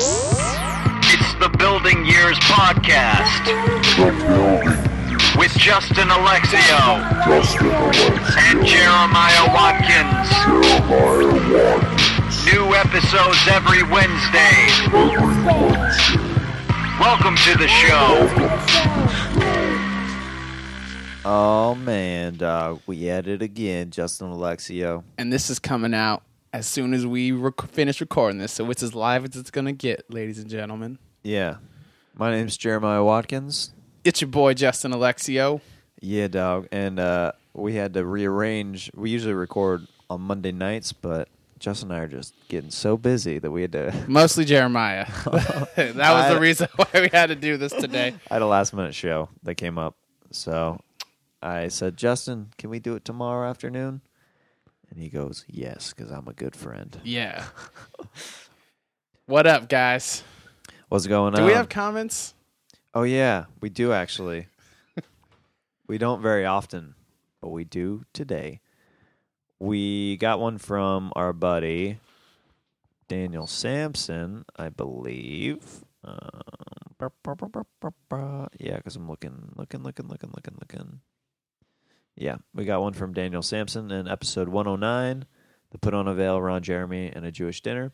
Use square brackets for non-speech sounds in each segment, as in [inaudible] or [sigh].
It's the Building Years Podcast The building, with Justin Alexio Justin Alexio, and Jeremiah Watkins. Jeremiah Watkins, New episodes every Wednesday. every Wednesday. Welcome to the show. Oh man, dog, we at it again, Justin Alexio. and this is coming out as soon as we rec- finish recording this. So it's as live as it's gonna get, ladies and gentlemen. Yeah, my name's Jeremiah Watkins. It's your boy Justin Alexio. Yeah, dog, and uh, we had to rearrange. We usually record on Monday nights, but Justin and I are just getting so busy that we had to. [laughs] Mostly Jeremiah. [laughs] that was I- the reason [laughs] why we had to do this today. I had a last minute show that came up, so I said, Justin, can we do it tomorrow afternoon? And he goes, Yes, because I'm a good friend. Yeah. What up, guys? What's going Do on? we have comments? Oh yeah, we do actually. we don't very often, but we do today. We got one from our buddy Daniel Sampson, I believe. Um, bur- bur- bur- bur- bur- bur- yeah, because I'm looking, looking, looking, looking, looking, looking. Yeah, we got one from Daniel Sampson in episode 109, the Put on a Veil, Ron Jeremy, and a Jewish Dinner.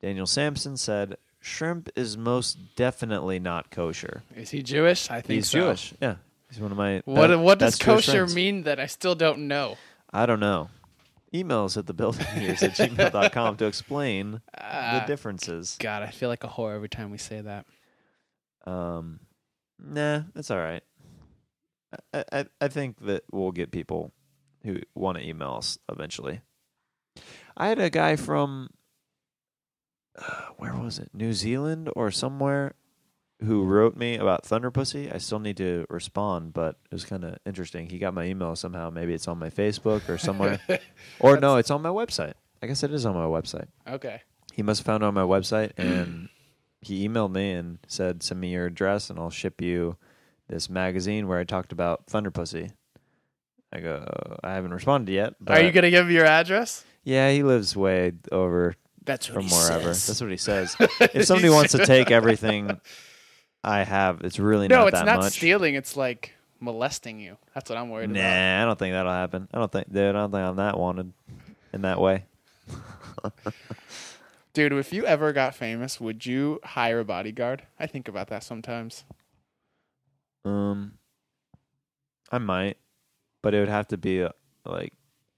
Daniel Sampson said, "Shrimp is most definitely not kosher." Is he Jewish? I think He's so. Jewish. Yeah, he's one of my. What be- What does best Jewish kosher friends. mean that I still don't know? I don't know. Emails at the building years [laughs] at gmail.com to explain the differences. Ah, God, I feel like a whore every time we say that. Um, nah, it's all right. I, I I think that we'll get people who want to email us eventually. I had a guy from uh, where was it, New Zealand or somewhere, who wrote me about Thunder Pussy. I still need to respond, but it was kind of interesting. He got my email somehow. Maybe it's on my Facebook or somewhere, [laughs] or no, it's on my website. I guess it is on my website Okay. he must have found it on my website and [clears throat] he emailed me and said send me your address and i'll ship you this magazine where i talked about thunder pussy i go i haven't responded yet but Are you gonna give me your address? yeah he lives way over That's from wherever that's what he [laughs] says if somebody wants to take everything i have it's really No, not it's that not much stealing. It's like molesting you. That's what I'm worried about. nah i don't think that'll happen i don't think dude i don't think i'm that wanted in that way Dude, if you ever got famous, would you hire a bodyguard? I think about that sometimes. Um, I might, but it would have to be uh, like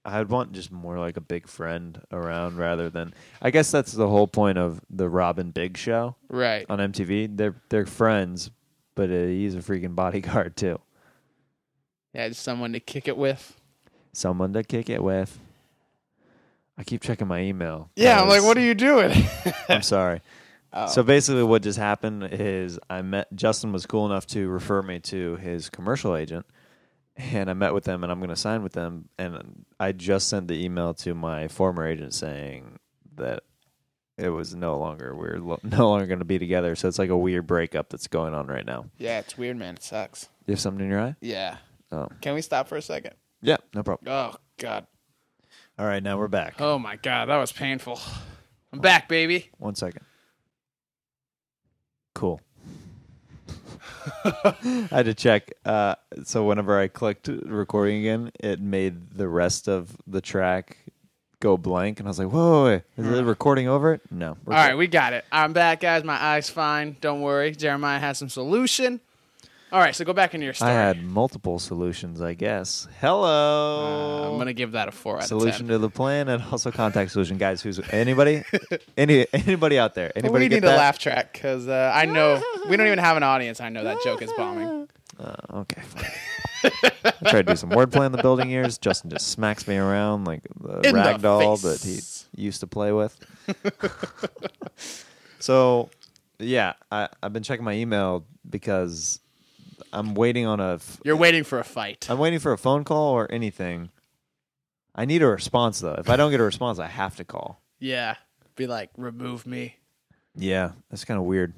I would want just more like a big friend around rather than. I guess that's the whole point of the Robin Big Show Right. on MTV. They're they're friends, but uh, he's a freaking bodyguard too. Yeah, just someone to kick it with. Someone to kick it with. I keep checking my email. Yeah, I'm like, what are you doing? [laughs] I'm sorry. Oh, So basically, what just happened is I met Justin was cool enough to refer me to his commercial agent, and I met with them, and I'm going to sign with them, and I just sent the email to my former agent saying that it was no longer we're lo- [laughs] no longer going to be together. So it's like a weird breakup that's going on right now. yeah, it's weird, man. It sucks. You have something in your eye? Yeah. Oh, Can we stop for a second? yeah, no problem. Oh God. All right, now we're back. Oh my God, that was painful. I'm back, baby. One second. Cool. [laughs] I had to check. Uh, so whenever I clicked recording again, it made the rest of the track go blank, and I was like, "Whoa, wait, is the recording over?" No. Hmm. All right, we got it. I'm back, guys. My eye's fine. Don't worry. Jeremiah has some solution. All right, so go back into your story. I had multiple solutions, I guess. Uh, Hello. I'm gonna give that a four out solution of ten. to the plan, and also contact solution, guys. Who's [laughs] anybody? Any anybody out there? But Anybody we get need that? a laugh track because uh, I [laughs] know we don't even have an audience. I know that joke is bombing. Okay. Fine. I tried to do some wordplay in the building years. Justin just smacks me around like the In the rag doll that face. he used to play [laughs] with. so, yeah, I, I've been checking my email because I'm waiting on a. F- [laughs] You're waiting for a fight. I'm waiting for a phone call or anything. I need a response though. If I don't get a response, I have to call. yeah, be like, remove me. Yeah, that's kind of weird.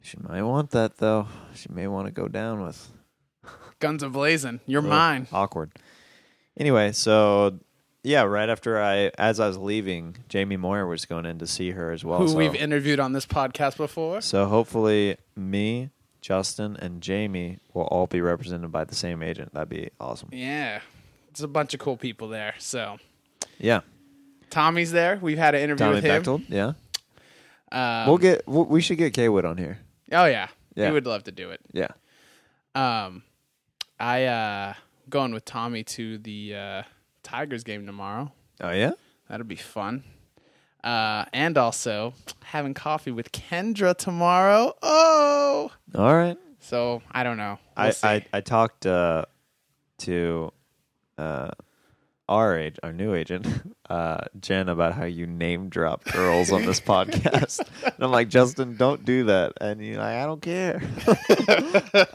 She might want that though. She may want to go down with Guns a blazing. You're mine. Awkward. Anyway, so yeah, right after I, as I was leaving, Jamie Moyer was going in to see her as well. who so, we've interviewed on this podcast before. so hopefully, me, Justin, and Jamie will all be represented by the same agent. That'd be awesome. Yeah, it's a bunch of cool people there. So Yeah, Tommy's there. We've had an interview Tommy with him. Bechtold. Yeah, Um, we'll get. we- We should get K Wood on here. oh yeah, Yeah. he would love to do it. Yeah, Um, I uh going with Tommy to the uh, Tigers game tomorrow. Oh yeah. That'll be fun. Uh, and also having coffee with Kendra tomorrow. Oh, All right. so I don't know. We'll I, see. I I talked uh, to uh, our age, our new agent, [laughs] uh, Jen, about how you name drop girls on [laughs] this podcast, and I'm like, Justin, don't do that, and you're like, I don't care.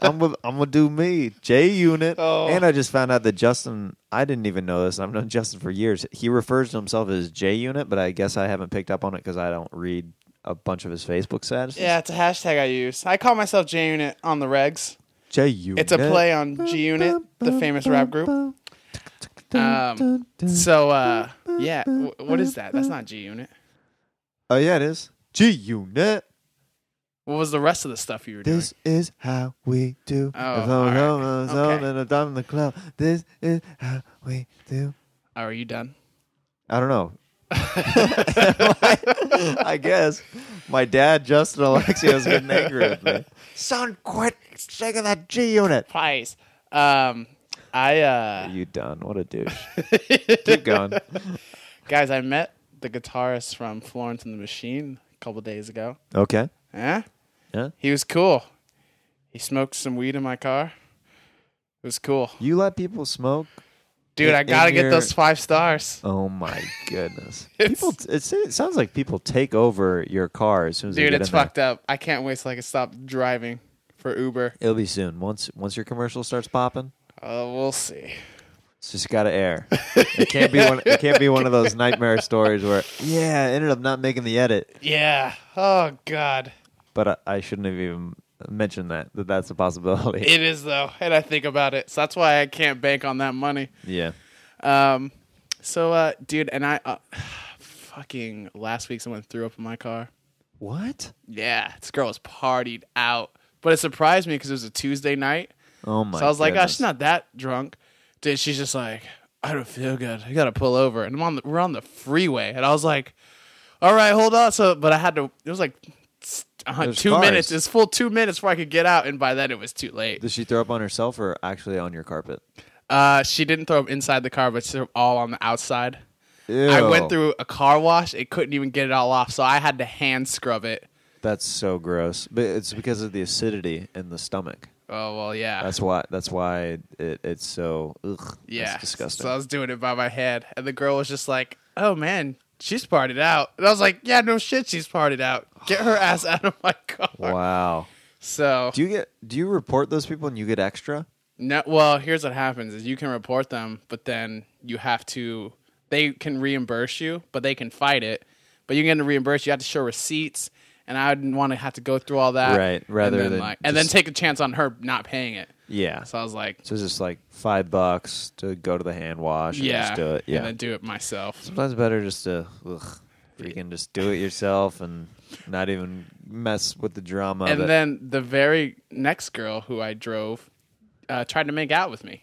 [laughs] I'm with, I'm gonna do me, J Unit, Oh. and I just found out that Justin, I didn't even know this. and I've known Justin for years. He refers to himself as J Unit, but I guess I haven't picked up on it because I don't read a bunch of his Facebook statuses. yeah, it's a hashtag I use. I call myself J Unit on the regs. J Unit. It's a play on G Unit, the famous rap group. Um, So, uh, yeah, w- what is that? That's not G Unit. Oh yeah, it is. G Unit. What was the rest of the stuff you were doing? This is how we do. Oh, If I'm all right. alone, I'm alone, Okay. and I'm down in the club. This is how we do. Oh, are you done? I don't [laughs] know. [laughs] I guess my dad, Justin Alexia, was getting angry with me. Son, quit shaking that G unit. Please. Um, I, uh, You done? What a [laughs] douche. Keep going. guys, I met the guitarist from Florence and the Machine a couple days ago. Okay. Yeah? Yeah. He was cool. He smoked some weed in my car. It was cool. You let people smoke? Dude, In- I gotta in get your- those five stars. Oh my goodness. [laughs] It's- people, it's, it sounds like people take over your car as soon as they Dude, get it's in there. fucked up. I can't wait till I can stop driving for Uber. It'll be soon. Once once your commercial starts popping, Uh, we'll see. it's just got to [laughs] air. It can't be one. It can't be one of those nightmare stories where yeah, I ended up not making the edit. Yeah. Oh, God. But I, I shouldn't have even mentioned that that that's a possibility. [laughs] It is though, and I think about it. So that's why I can't bank on that money. yeah. Um, so, uh, dude, and I, uh, [sighs] fucking last week someone threw up in my car. What? Yeah, this girl was partied out, but it surprised me because it was a Tuesday night. Oh my. so I was like, oh, goodness. she's not that drunk. Dude, she's just like, I don't feel good. I gotta pull over, and I'm on the we're on the freeway, and I was like, all right, hold on. So, but I had to. It was like. Uh, There's two cars. minutes. It's full two minutes before I could get out, and by then it was too late. Did she throw up on herself or actually on your carpet? Uh, she didn't throw them inside the car, but she threw 'em all on the outside. Ew. I went through a car wash; it couldn't even get it all off, so I had to hand scrub it. That's so gross. But it's because of the acidity in the stomach. Oh well, yeah, That's why. That's why it, it's so. Ugh, that's yeah, disgusting. So I was doing it by my head, and the girl was just like, "Oh man, she's partied out," and I was like, "Yeah, no shit, she's partied out. Get her ass out of my car." wow. So Do you get? Do you report those people and you get extra? No, well, here's what happens: is you can report them, but then you have to. They can reimburse you, but they can fight it. But you're going to reimburse. You have to show receipts, and I wouldn't want to have to go through all that. Right, rather and then, than like, and then just- take a chance on her not paying it. Yeah. So I was like, So it's just like five bucks to go to the hand wash and yeah, just do it. Yeah. and then do it myself. Sometimes better just to ugh, freaking just do it yourself and not even mess with the drama. And that- then the very next girl who I drove uh, tried to make out with me.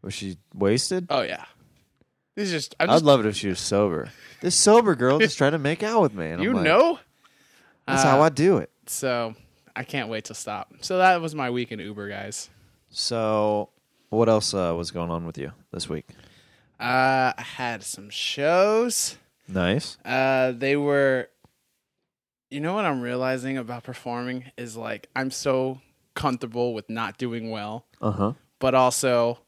was she wasted? Oh yeah, this is just. I'm I'd just love it if she was sober. This sober girl just trying to make out with me. And you I'm like, know. uh, That's how I do it. So I can't wait to stop. So that was my week in Uber, guys. So, what else uh, was going on with you this week? Uh, I had some shows. Nice. Uh, they were. You know what I'm realizing about performing is like I'm so comfortable with not doing well, Uh huh. but also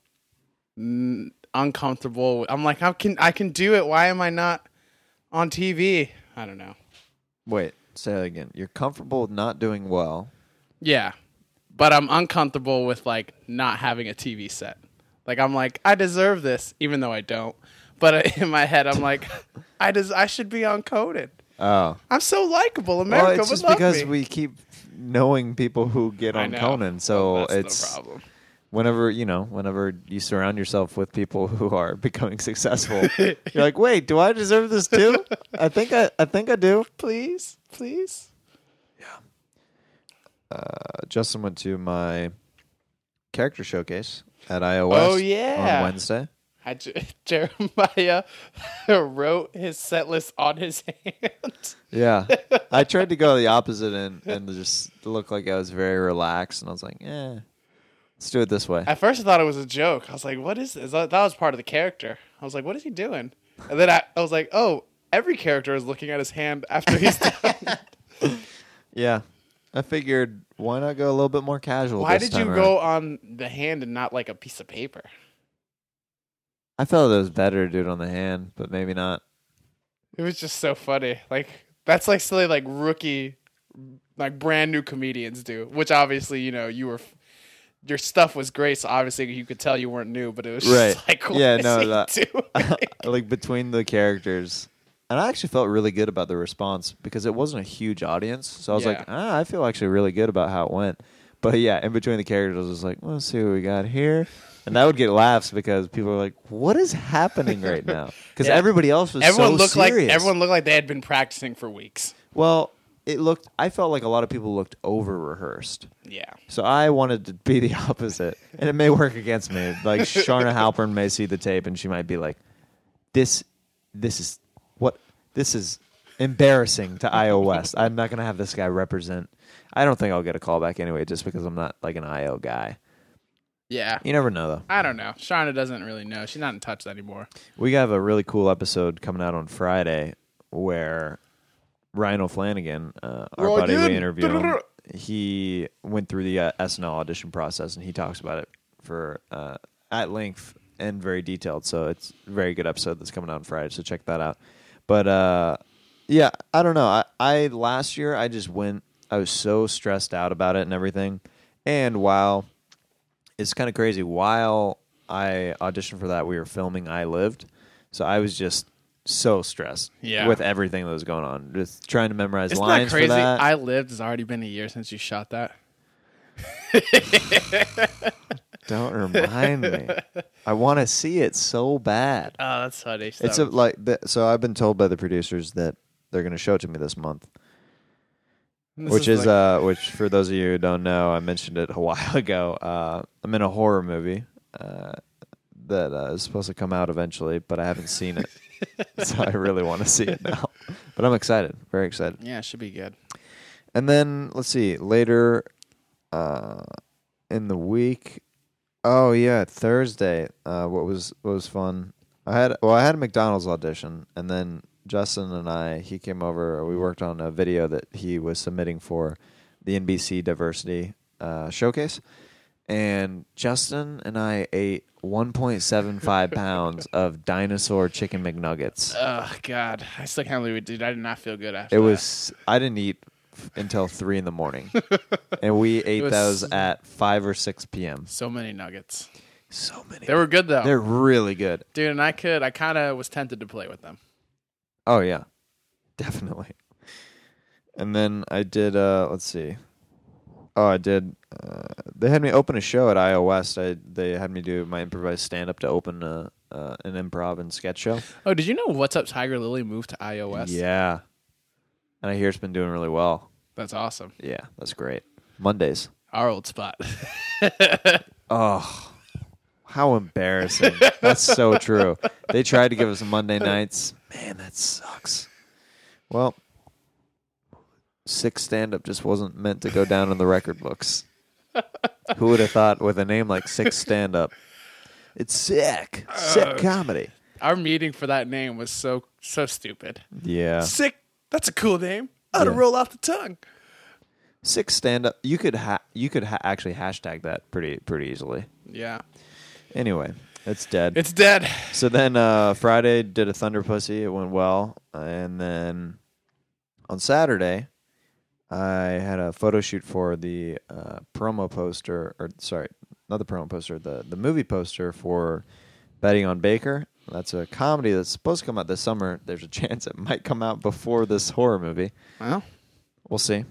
mm, uncomfortable. I'm like, how can I can do it? Why am I not on TV? I don't know. Wait, say that again. You're comfortable with not doing well. Yeah, but I'm uncomfortable with like not having a TV set. Like I'm like I deserve this, even though I don't. But [laughs] in my head, I'm like, I des- I should be on Conan. Oh. I'm so likable. America Well, it's would just love because me. we keep knowing people who get I on know. Conan, so That's it's the problem. whenever you know, whenever you surround yourself with people who are [laughs] becoming successful, you're like, wait, do I deserve this too? I think I, I think I do. Please, please. Uh, Justin went to my character showcase at iOS. Oh, yeah. on Wednesday. I ju- [laughs] Jeremiah [laughs] wrote his set list on his hand. [laughs] Yeah, I tried to go the opposite and and just look like I was very relaxed, and I was like, eh, let's do it this way. At first, I thought it was a joke. I was like, "What is this?" That that was part of the character. I was like, "What is he doing?" And then I, I was like, "Oh, every character is looking at his hand [laughs] after he's done." Yeah, I figured why not go a little bit more casual. Why this did you time go around? on the hand and not like a piece of paper? I felt it was better to do it on the hand, but maybe not. It was just so funny. Like that's like silly like rookie, like brand new comedians do. Which obviously you know you were, your stuff was great. So obviously you could tell you weren't new, but it was just Right. like what Yeah, is no, he that- [laughs] [laughs] doing? like between the characters. And I actually felt really good about the response because it wasn't a huge audience. So I was Yeah. like, ah, I feel actually really good about how it went. But yeah, in between the characters, I was just like, let's see what we got here. And that would get laughs because people were like, what is happening right [laughs] now? Because Yeah. everybody else was everyone so looked serious. like everyone looked like they had been practicing for weeks. Well, it looked, I felt like a lot of people looked over rehearsed. Yeah. So I wanted to be the [laughs] opposite, and it may work against me. Like Sharna Halpern may see the tape, and she might be like, "This, this is what this is embarrassing to Iowa West. I'm not gonna have this guy represent." I don't think I'll get a call back anyway, just because I'm not like an IO guy. Yeah. You never know, though. I don't know. Shauna doesn't really know. She's not in touch anymore. We have a really cool episode coming out on Friday where Ryan O'Flanagan, uh, our buddy we Ryan! interviewed, him, he went through the uh, SNL audition process and he talks about it for uh, at length and very detailed. So it's a very good episode that's coming out on Friday. So check that out. But uh, yeah, I don't know. I, I last year I just went. I was so stressed out about it and everything. And while it's kind of crazy. While I auditioned for that, we were filming I Lived. So I was just so stressed Yeah. with everything that was going on. Just trying to memorize Isn't that lines crazy? for that. I lived has already been a year since you shot that. Don't remind me. I want to see it so bad. Oh, that's funny. It's a, like the, so I've been told by the producers that they're going to show it to me this month, which is, uh which for those of you who don't know, I mentioned it a [laughs] while ago. Uh I'm in a horror movie uh that uh, is supposed to come out eventually, but I haven't seen it. so I really want to see it now. But I'm excited, very excited. yeah, it should be good. And then let's see later uh, in the week. Oh yeah, Thursday. Uh, what was what was fun? I had well, I had a McDonald's audition, and then Justin and I he came over. uh, We worked on a video that he was submitting for the NBC Diversity uh, Showcase, and Justin and I ate 1.75 pounds of dinosaur chicken McNuggets. Oh God, I still can't believe it, dude. I did not feel good after. It that. was. I didn't eat f- until three in the morning, and we ate was- those at five or six p.m. so many nuggets. So many. They were good though, They're really good. dude. And I could, I kind of was tempted to play with them. Oh yeah, definitely. And then I did. Uh, let's see. Oh, I did. Uh, they had me open a show at Iowa West. I they had me do my improvised stand up to open a, uh, an improv and sketch show. Oh, did you know what's up? Tiger Lily moved to iOS. Yeah, and I hear it's been doing really well. that's awesome. Yeah, that's great. Mondays. Our old spot. Oh, how embarrassing. That's so true. They tried to give us Monday nights. Man, that sucks. Well, six stand up just wasn't meant to go down in the record books. Who would have thought with a name like Six Stand Up? It's sick. Sick comedy. Our meeting for that name was so so stupid. Yeah. Sick. That's a cool name. Ought to Yeah. roll off the tongue. Six stand up. You could ha- you could ha- actually hashtag that pretty pretty easily. Yeah, Anyway, it's dead. it's dead. [laughs] So then uh, Friday did a Thunder Pussy. It went well. And then on Saturday, I had a photo shoot for the uh, promo poster, or sorry, not the promo poster, the, the movie poster for Betting on Baker. That's a comedy that's supposed to come out this summer. There's a [laughs] chance it might come out before this horror movie. Well, We'll see.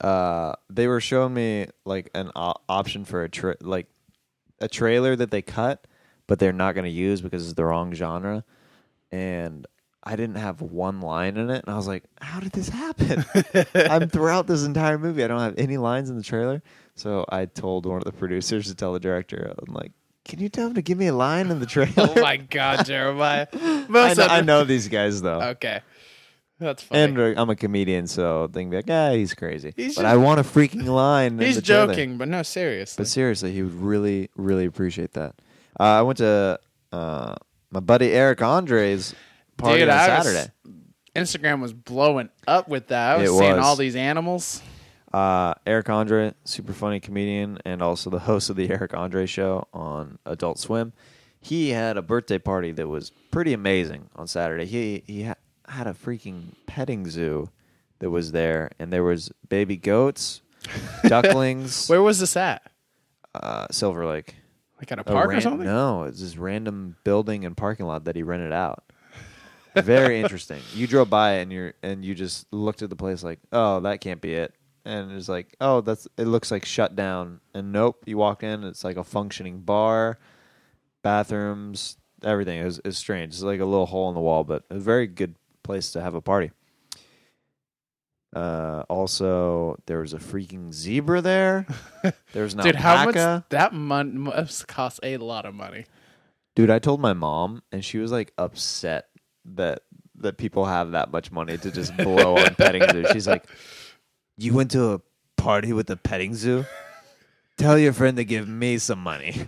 Uh, they were showing me like an o- option for a trip, like a trailer that they cut, but they're not going to use because it's the wrong genre. And I didn't have one line in it, and I was like, "How did this [laughs] happen?" I'm throughout this entire movie. I don't have any lines in the trailer, so I told one of the producers to tell the director, "I'm like, can you tell him to give me a line in the trailer?" [laughs] Oh my God, Jeremiah. [laughs] I, Most know, of I them- know these guys though, Okay, that's funny. and uh, I'm a comedian, so they can be like, "Yeah, he's crazy," He's but just- I want a freaking line. in He's the trailer. joking, but no, seriously. But seriously, he would really, really appreciate that. Uh, I went to uh, my buddy Eric Andre's party Dude, on I was- Saturday. Instagram was blowing up with that. I was It seeing was. all these animals. Uh, Eric Andre, super funny comedian, and also the host of the Eric Andre Show on Adult Swim. He had a birthday party that was pretty amazing on Saturday. He he ha- had a freaking petting zoo that was there, and there was baby goats, ducklings, Where was this at? uh, Silver Lake. Like at a A park or ran- something? No, it's this random building and parking lot that he rented out. [laughs] Very interesting. You drove by it and you're and you just looked at the place like, oh, that can't be it. And it's like, oh, that's it looks like shut down. And nope, you walk in, it's like a functioning bar, bathrooms, everything. It was, it was strange. It's like a little hole in the wall, but a very good place to have a party. Uh, also, there was a freaking zebra there. [laughs] There was an Dude, how alpaca. much that mon- must cost a lot of money. Dude, I told my mom, and she was like upset that that people have that much money to just blow [laughs] on petting zoo. She's like, "You went to a party with a petting zoo? Tell your friend to give me some money."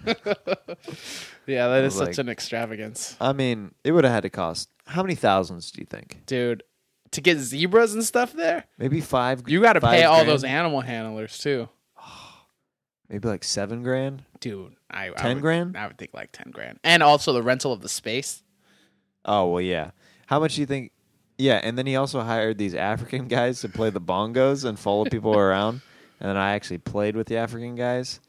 Yeah, that is was such like- an extravagance. I mean, it would have had to cost how many thousands do you think? Dude, to get zebras and stuff there, Maybe five. you got to five pay all grand? those animal handlers too. Maybe like seven grand. Dude, I, I 10 would- grand? I would think like 10 grand. And also the rental of the space. Oh well, yeah. How much do you think? Yeah, and then he also hired these African [laughs] guys to play the bongos and follow [laughs] people around. And then I actually played with the African guys,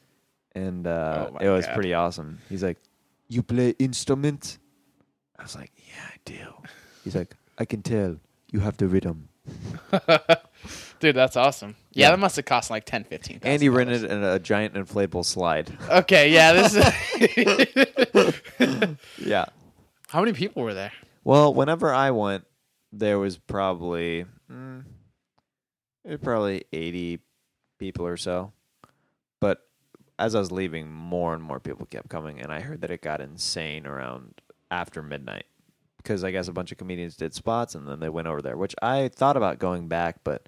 and uh, Oh my it was God. pretty awesome. He's like, "You play instrument?" I was like, "Yeah, I [laughs] do." He's like, "I can tell you have the rhythm." Dude, that's awesome. Yeah, Yeah. that must have cost like 10, 15. And he rented a, a giant inflatable slide. Okay, yeah, [laughs] this is [laughs] yeah. How many people were there? Well, whenever I went, there was probably mm, there were probably eighty people or so. But as I was leaving, more and more people kept coming, and I heard that it got insane around after midnight because I guess a bunch of comedians did spots and then they went over there, which I thought about going back, but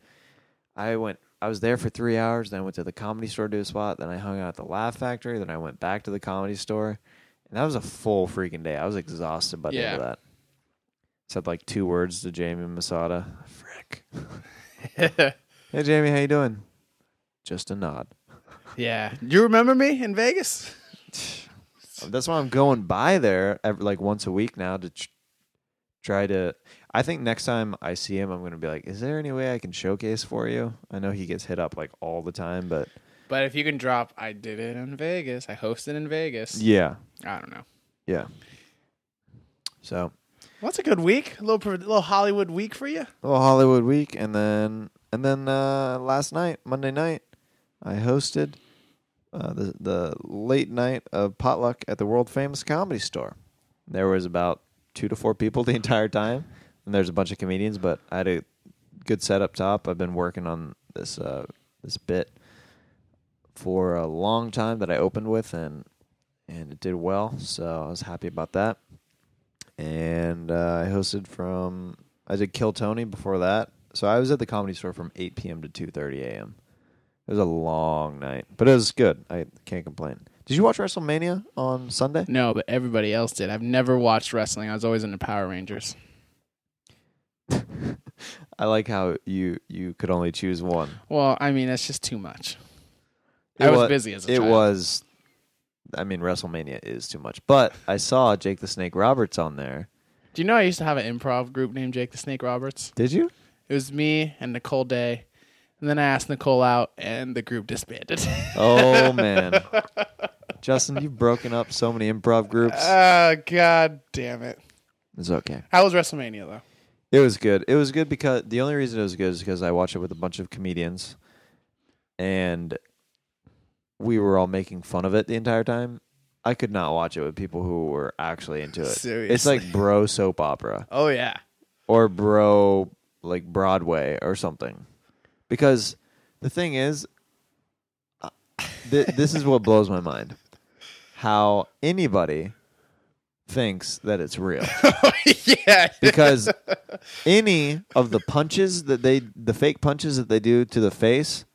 I went. I was there for three hours. Then I went to the comedy store to do a spot. Then I hung out at the Laugh Factory. Then I went back to the comedy store, and that was a full freaking day. I was exhausted by the end of Yeah. that. Said like two words to Jamie Masada. Frick. hey Jamie, how you doing? Just a nod. Yeah. You remember me in Vegas? That's why I'm going by there ev like once a week now to tr- try to. I think next time I see him, I'm going to be like, "Is there any way I can showcase for you?" I know he gets hit up like all the time, but But if you can drop, I did it in Vegas. I hosted in Vegas. yeah, I don't know. yeah. So Well, that's a good week. A little, pro- little Hollywood week for you. little Hollywood week, and then and then uh, last night, Monday night, I hosted uh, the the late night of potluck at the world famous comedy store. There was about two to four people [laughs] the entire time, and there's a bunch of comedians, but I had a good set up top. I've been working on this uh, this bit for a long time that I opened with, and and it did well, so I was happy about that and uh, I hosted from I did Kill Tony before that, so I was at the comedy store from 8 p.m. to 2:30 a.m. It was a long night, but it was good. I can't complain. Did you watch WrestleMania on Sunday? No, but everybody else did. I've never watched wrestling. I was always into Power Rangers. I like how you you could only choose one. Well, I mean, that's just too much. I was wa- busy as a it child. was. I mean, WrestleMania is too much, but I saw Jake the Snake Roberts on there. Do you know I used to have an improv group named Jake the Snake Roberts? Did you? It was me and Nicole Day. And then I asked Nicole out, and the group disbanded. [laughs] Oh man, Justin, you've broken up so many improv groups. Ah, God damn it. It's okay. How was WrestleMania, though? It was good. It was good because the only reason it was good is because I watched it with a bunch of comedians, and we were all making fun of it the entire time. I could not watch it with people who were actually into it. It's Seriously. like bro soap opera Oh yeah. or bro like Broadway or something. Because the thing is, uh, th- this is what blows my mind: how anybody thinks that it's real. [laughs] yeah. Because any of the punches that they, the fake punches that they do to the face,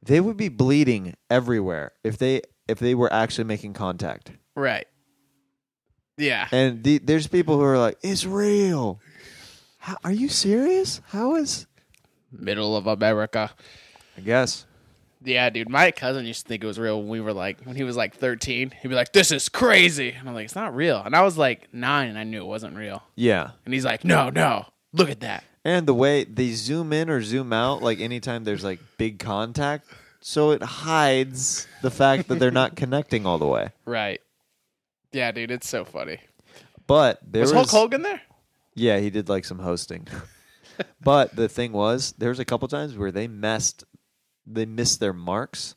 they would be bleeding everywhere if they if they were actually making contact. Right. Yeah. And the, there's people who are like, "It's real." How, are you serious? How is? Middle of America. I guess. Yeah, dude. My cousin used to think it was real when we were like when he was like 13. He'd be like, "This is crazy," and I'm like, "It's not real." And I was like nine, and I knew it wasn't real. Yeah. And he's like, "No, no, look at that." And the way they zoom in or zoom out, like anytime there's like big contact, so it hides the fact that they're [laughs] not connecting all the way. Right. Yeah, dude. It's so funny. But there Was, was, Hulk Hogan there? yeah, he did like some hosting. [laughs] but the thing was, there was a couple times where they messed, they missed their marks,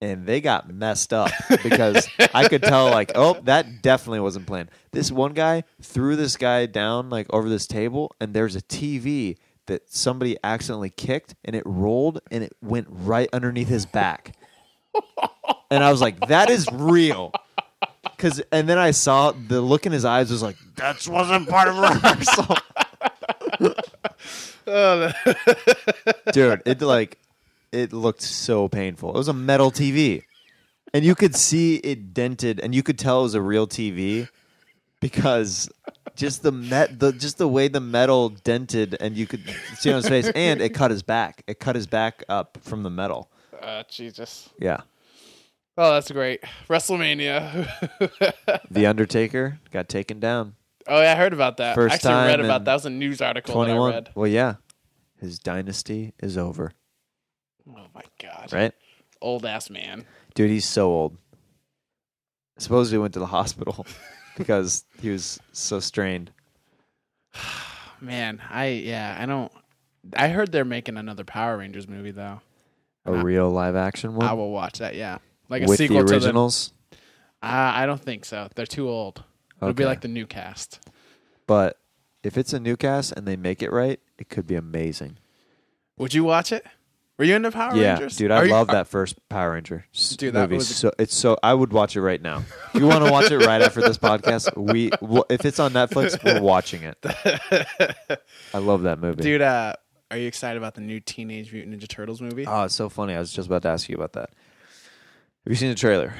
and they got messed up because I could tell like, oh, that definitely wasn't planned. This one guy threw this guy down like over this table, and there's a TV that somebody accidentally kicked, and it rolled and it went right underneath his back. And I was like, that is real. Cause and then I saw the look in his eyes was like, that wasn't part of rehearsal. Dude, it like it looked so painful. It was a metal TV. And you could see it dented and you could tell it was a real TV because just the met the just the way the metal dented and you could see it on his face and it cut his back. It cut his back up from the metal. Uh, Jesus. Yeah. Oh, that's great. WrestleMania. [laughs] The Undertaker got taken down. oh yeah, I heard about that. First I actually time read about in that. That was a news article Twenty that I one. read. Well yeah. His dynasty is over. Oh my god. Right? Old ass man. Dude, he's so old. Supposedly went to the [laughs] hospital because he was so strained. Man, I yeah, I don't. I heard they're making another Power Rangers movie though. A real live action Uh, I one will watch that. Yeah, like a with the sequel to the. Uh, originals, I don't think so. They're too old. It'll be Okay. like the new cast. but if it's a new cast and they make it right, it could be amazing. Would you watch it? Were you into Power yeah, Rangers? dude, I Are you- love are- that first Power Ranger s- Dude, that movie. was- so it's so I would watch it right now. If you want to watch it right after this podcast, we w- if it's on Netflix, we're watching [laughs] it. I love that movie, dude. Uh, are you excited about the new Teenage Mutant Ninja Turtles movie? Oh, it's so funny. I was just about to ask you about that. Have you seen the trailer?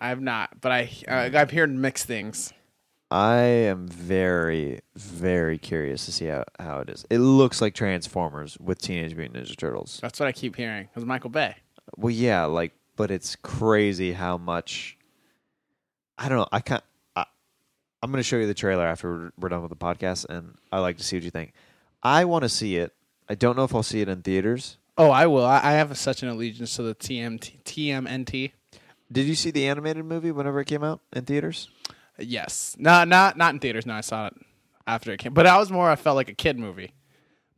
I have not, but I uh, I've heard mixed things. I am very, very curious to see how, how it is. It looks like Transformers with Teenage Mutant Ninja Turtles. That's what I keep hearing. It was Michael Bay. Well, yeah, like, but it's crazy how much. I don't know. I can't. I, I'm going to show you the trailer after we're- we're done with the podcast, and I like to see what you think. I want to see it. I don't know if I'll see it in theaters. Oh, I will. I, I have such an allegiance to the TMT, TMNT. Did you see the animated movie whenever it came out in theaters? Yes. No, not not in theaters. No, I saw it after it came. But I was more. I felt like a kid movie,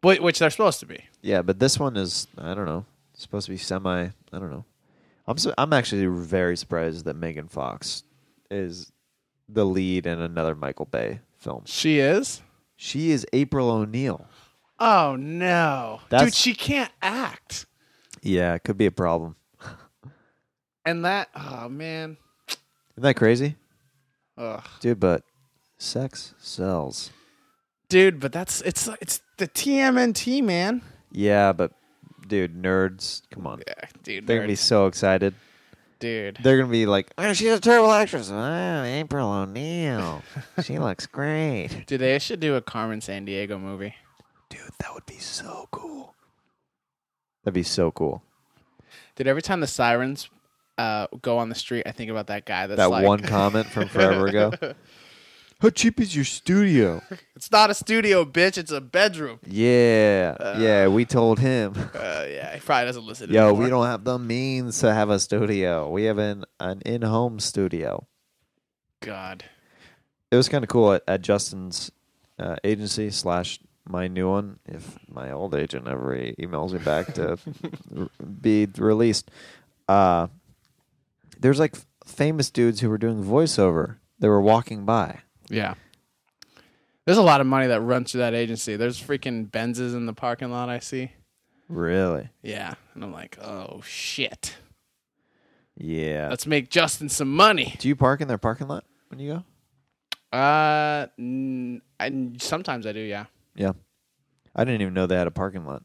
but which they're supposed to be. Yeah, but this one is I don't know. It's supposed to be semi. I don't know. I'm su- I'm actually very surprised that Megan Fox is the lead in another Michael Bay film. She is. She is April O'Neil. Oh no, That's- dude, she can't act. Yeah, it could be a problem. And that. Oh man. Isn't that crazy, Ugh. dude? But sex sells. Dude, but that's it's it's the TMNT man. Yeah, but dude, nerds, come on. Yeah, dude. They're gonna be nerds. so excited. dude. They're gonna be like, "Oh, she's a terrible actress." Oh, April [laughs] O'Neil. she looks great. Dude, they should do a Carmen San Diego movie. Dude, that would be so cool. That'd be so cool. Dude, every time the sirens uh, go on the street, I think about that guy. That's that like, one comment from forever ago. How cheap is your studio? It's not a studio, bitch. It's a bedroom. Yeah, yeah. We told him, Uh, yeah, he probably doesn't listen. yo, anymore. we don't have the means to have a studio. We have an an in home studio. God. It was kind of cool at, at Justin's uh, agency slash my new one. If my old agent ever e- emails me back to r- be released, uh, there's like famous dudes who were doing voiceover. They were walking by. Yeah. There's a lot of money that runs through that agency. There's freaking Benzes in the parking lot I see. Really? Yeah. And I'm like, oh shit. Yeah. Let's make Justin some money. Do you park in their parking lot when you go? Uh, n- I, sometimes I do, yeah. Yeah. I didn't even know they had a parking lot.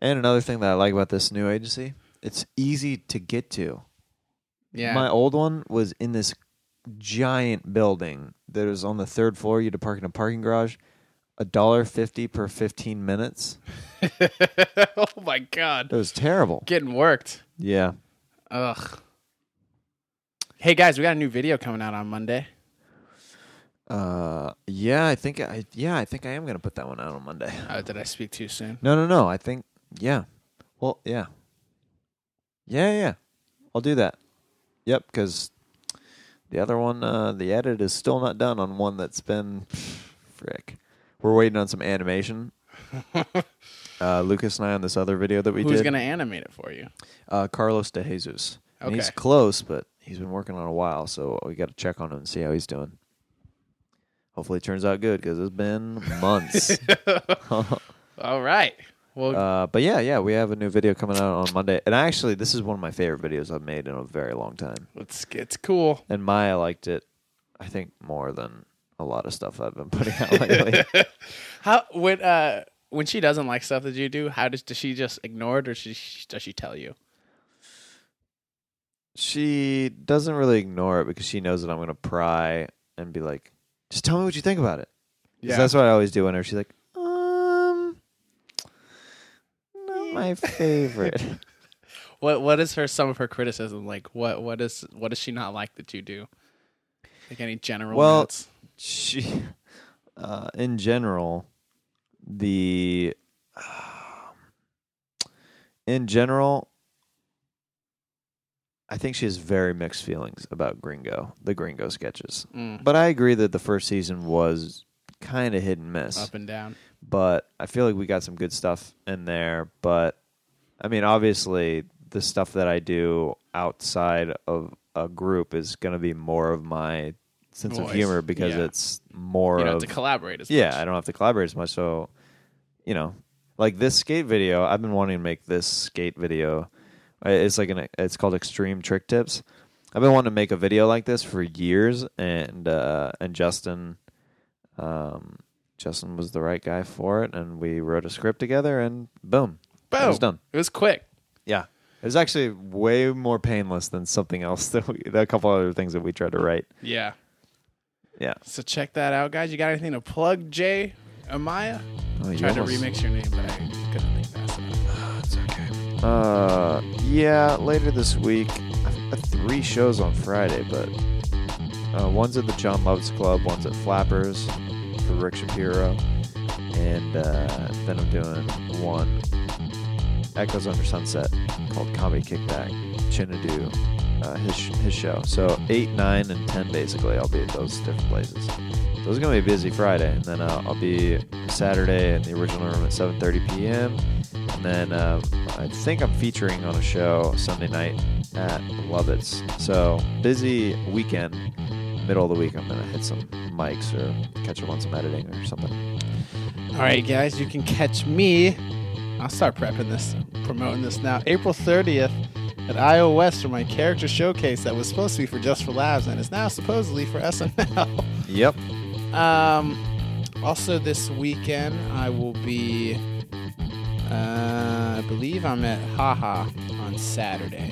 And another thing that I like about this new agency, it's easy to get to. Yeah. My old one was in this giant building that was on the third floor. You had to park in a parking garage, a dollar fifty per fifteen minutes. [laughs] oh my god. It was terrible. Getting worked. Yeah. Ugh. Hey guys, we got a new video coming out on Monday. Uh, yeah. I think I yeah I think I am gonna put that one out on Monday. [laughs] Oh, did I speak too soon? No, no, no. I think yeah. Well, yeah. Yeah, yeah. I'll do that. Yep, because the other one, uh, the edit is still not done on one that's been frick. We're waiting on some [laughs] animation. uh, Lucas and I on this other video that we Who's did. gonna animate it for you? uh, Carlos De Jesus. And He's Okay. close, but he's been working on it a while, so we got to check on him and see how he's doing. Hopefully, it turns out good because it's been [laughs] months. All right. Well, Uh, but yeah, yeah, we have a new video coming out on Monday, and I actually, this is one of my favorite videos I've made in a very long time. it's it's cool. And Maya liked it, I think, more than a lot of stuff I've been putting [laughs] out lately. How when uh when she doesn't like stuff that you do, how does does she just ignore it or she, does she tell you? she doesn't really ignore it because she knows that I'm gonna pry and be like, "Just tell me what you think about it." 'Cause that's what I always do whenever she's like, "Um, not [laughs] [laughs] my favorite." What what is her some of her criticism like? What what is what does she not like that you do? Like any general Well, notes? she uh, in general the um, in general i think she has very mixed feelings about gringo the gringo sketches Mm, but i agree that the first season was kind of hit and miss up and down. but i feel like we got some good stuff in there but i mean obviously the stuff that i do outside of a group is going to be more of my sense of Voice. humor because Yeah. it's more You don't of have to collaborate as yeah, much. I don't have to collaborate as much. So, you know, like this skate video, I've been wanting to make this skate video. I- It's like an it's called Extreme Trick Tips. I've been wanting to make a video like this for years, and uh, and Justin, um, Justin was the right guy for it, and we wrote a script together, and boom, it Boom. was done. It was quick. Yeah, it was actually way more painless than something else [laughs] that we, a couple other things that we tried to write. Yeah. Yeah. So check that out, guys. You got anything to plug, Jay Amaya? Oh, you Tried to almost- remix your name, but I couldn't think fast enough. Uh, yeah, later this week. I've got three shows on Friday, but uh, one's at the John Loves Club, one's at Flappers for Rick Shapiro, and uh, then I'm doing one Echoes Under Sunset called Comedy Kickback, Chinadu, uh, his, his show. So 8, 9, and 10 basically, I'll be at those different places. So it's going to be a busy Friday, and then uh, I'll be Saturday in the original room at 7.30 p.m., and then um, I think I'm featuring on a show Sunday night at Lovitz. So busy weekend, middle of the week, I'm going to hit some mics or catch up on some editing or something. All right, guys, you can catch me. I'll start prepping this, promoting this now. April 30th at iOS for my character showcase that was supposed to be for Just for Labs and is now supposedly for SNL. Yep. [laughs] Um, also, this weekend I will be. Uh, I believe I'm at Haha on Saturday.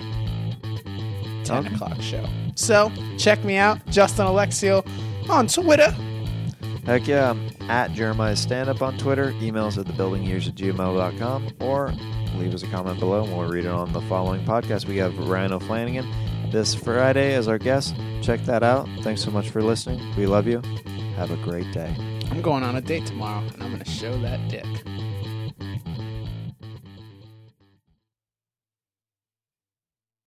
10 Okay. o'clock show. So, check me out, Justin Alexio, on Twitter. Heck yeah, I'm at Jeremiah Stand Up on Twitter, emails at thebuildingyears at gmail.com, or leave us a comment below and we'll read it on the following podcast. We have Ryan O'Flanagan this Friday as our guest. Check that out. Thanks so much for listening. We love you. Have a great day. I'm going on a date tomorrow, and I'm going to show that dick.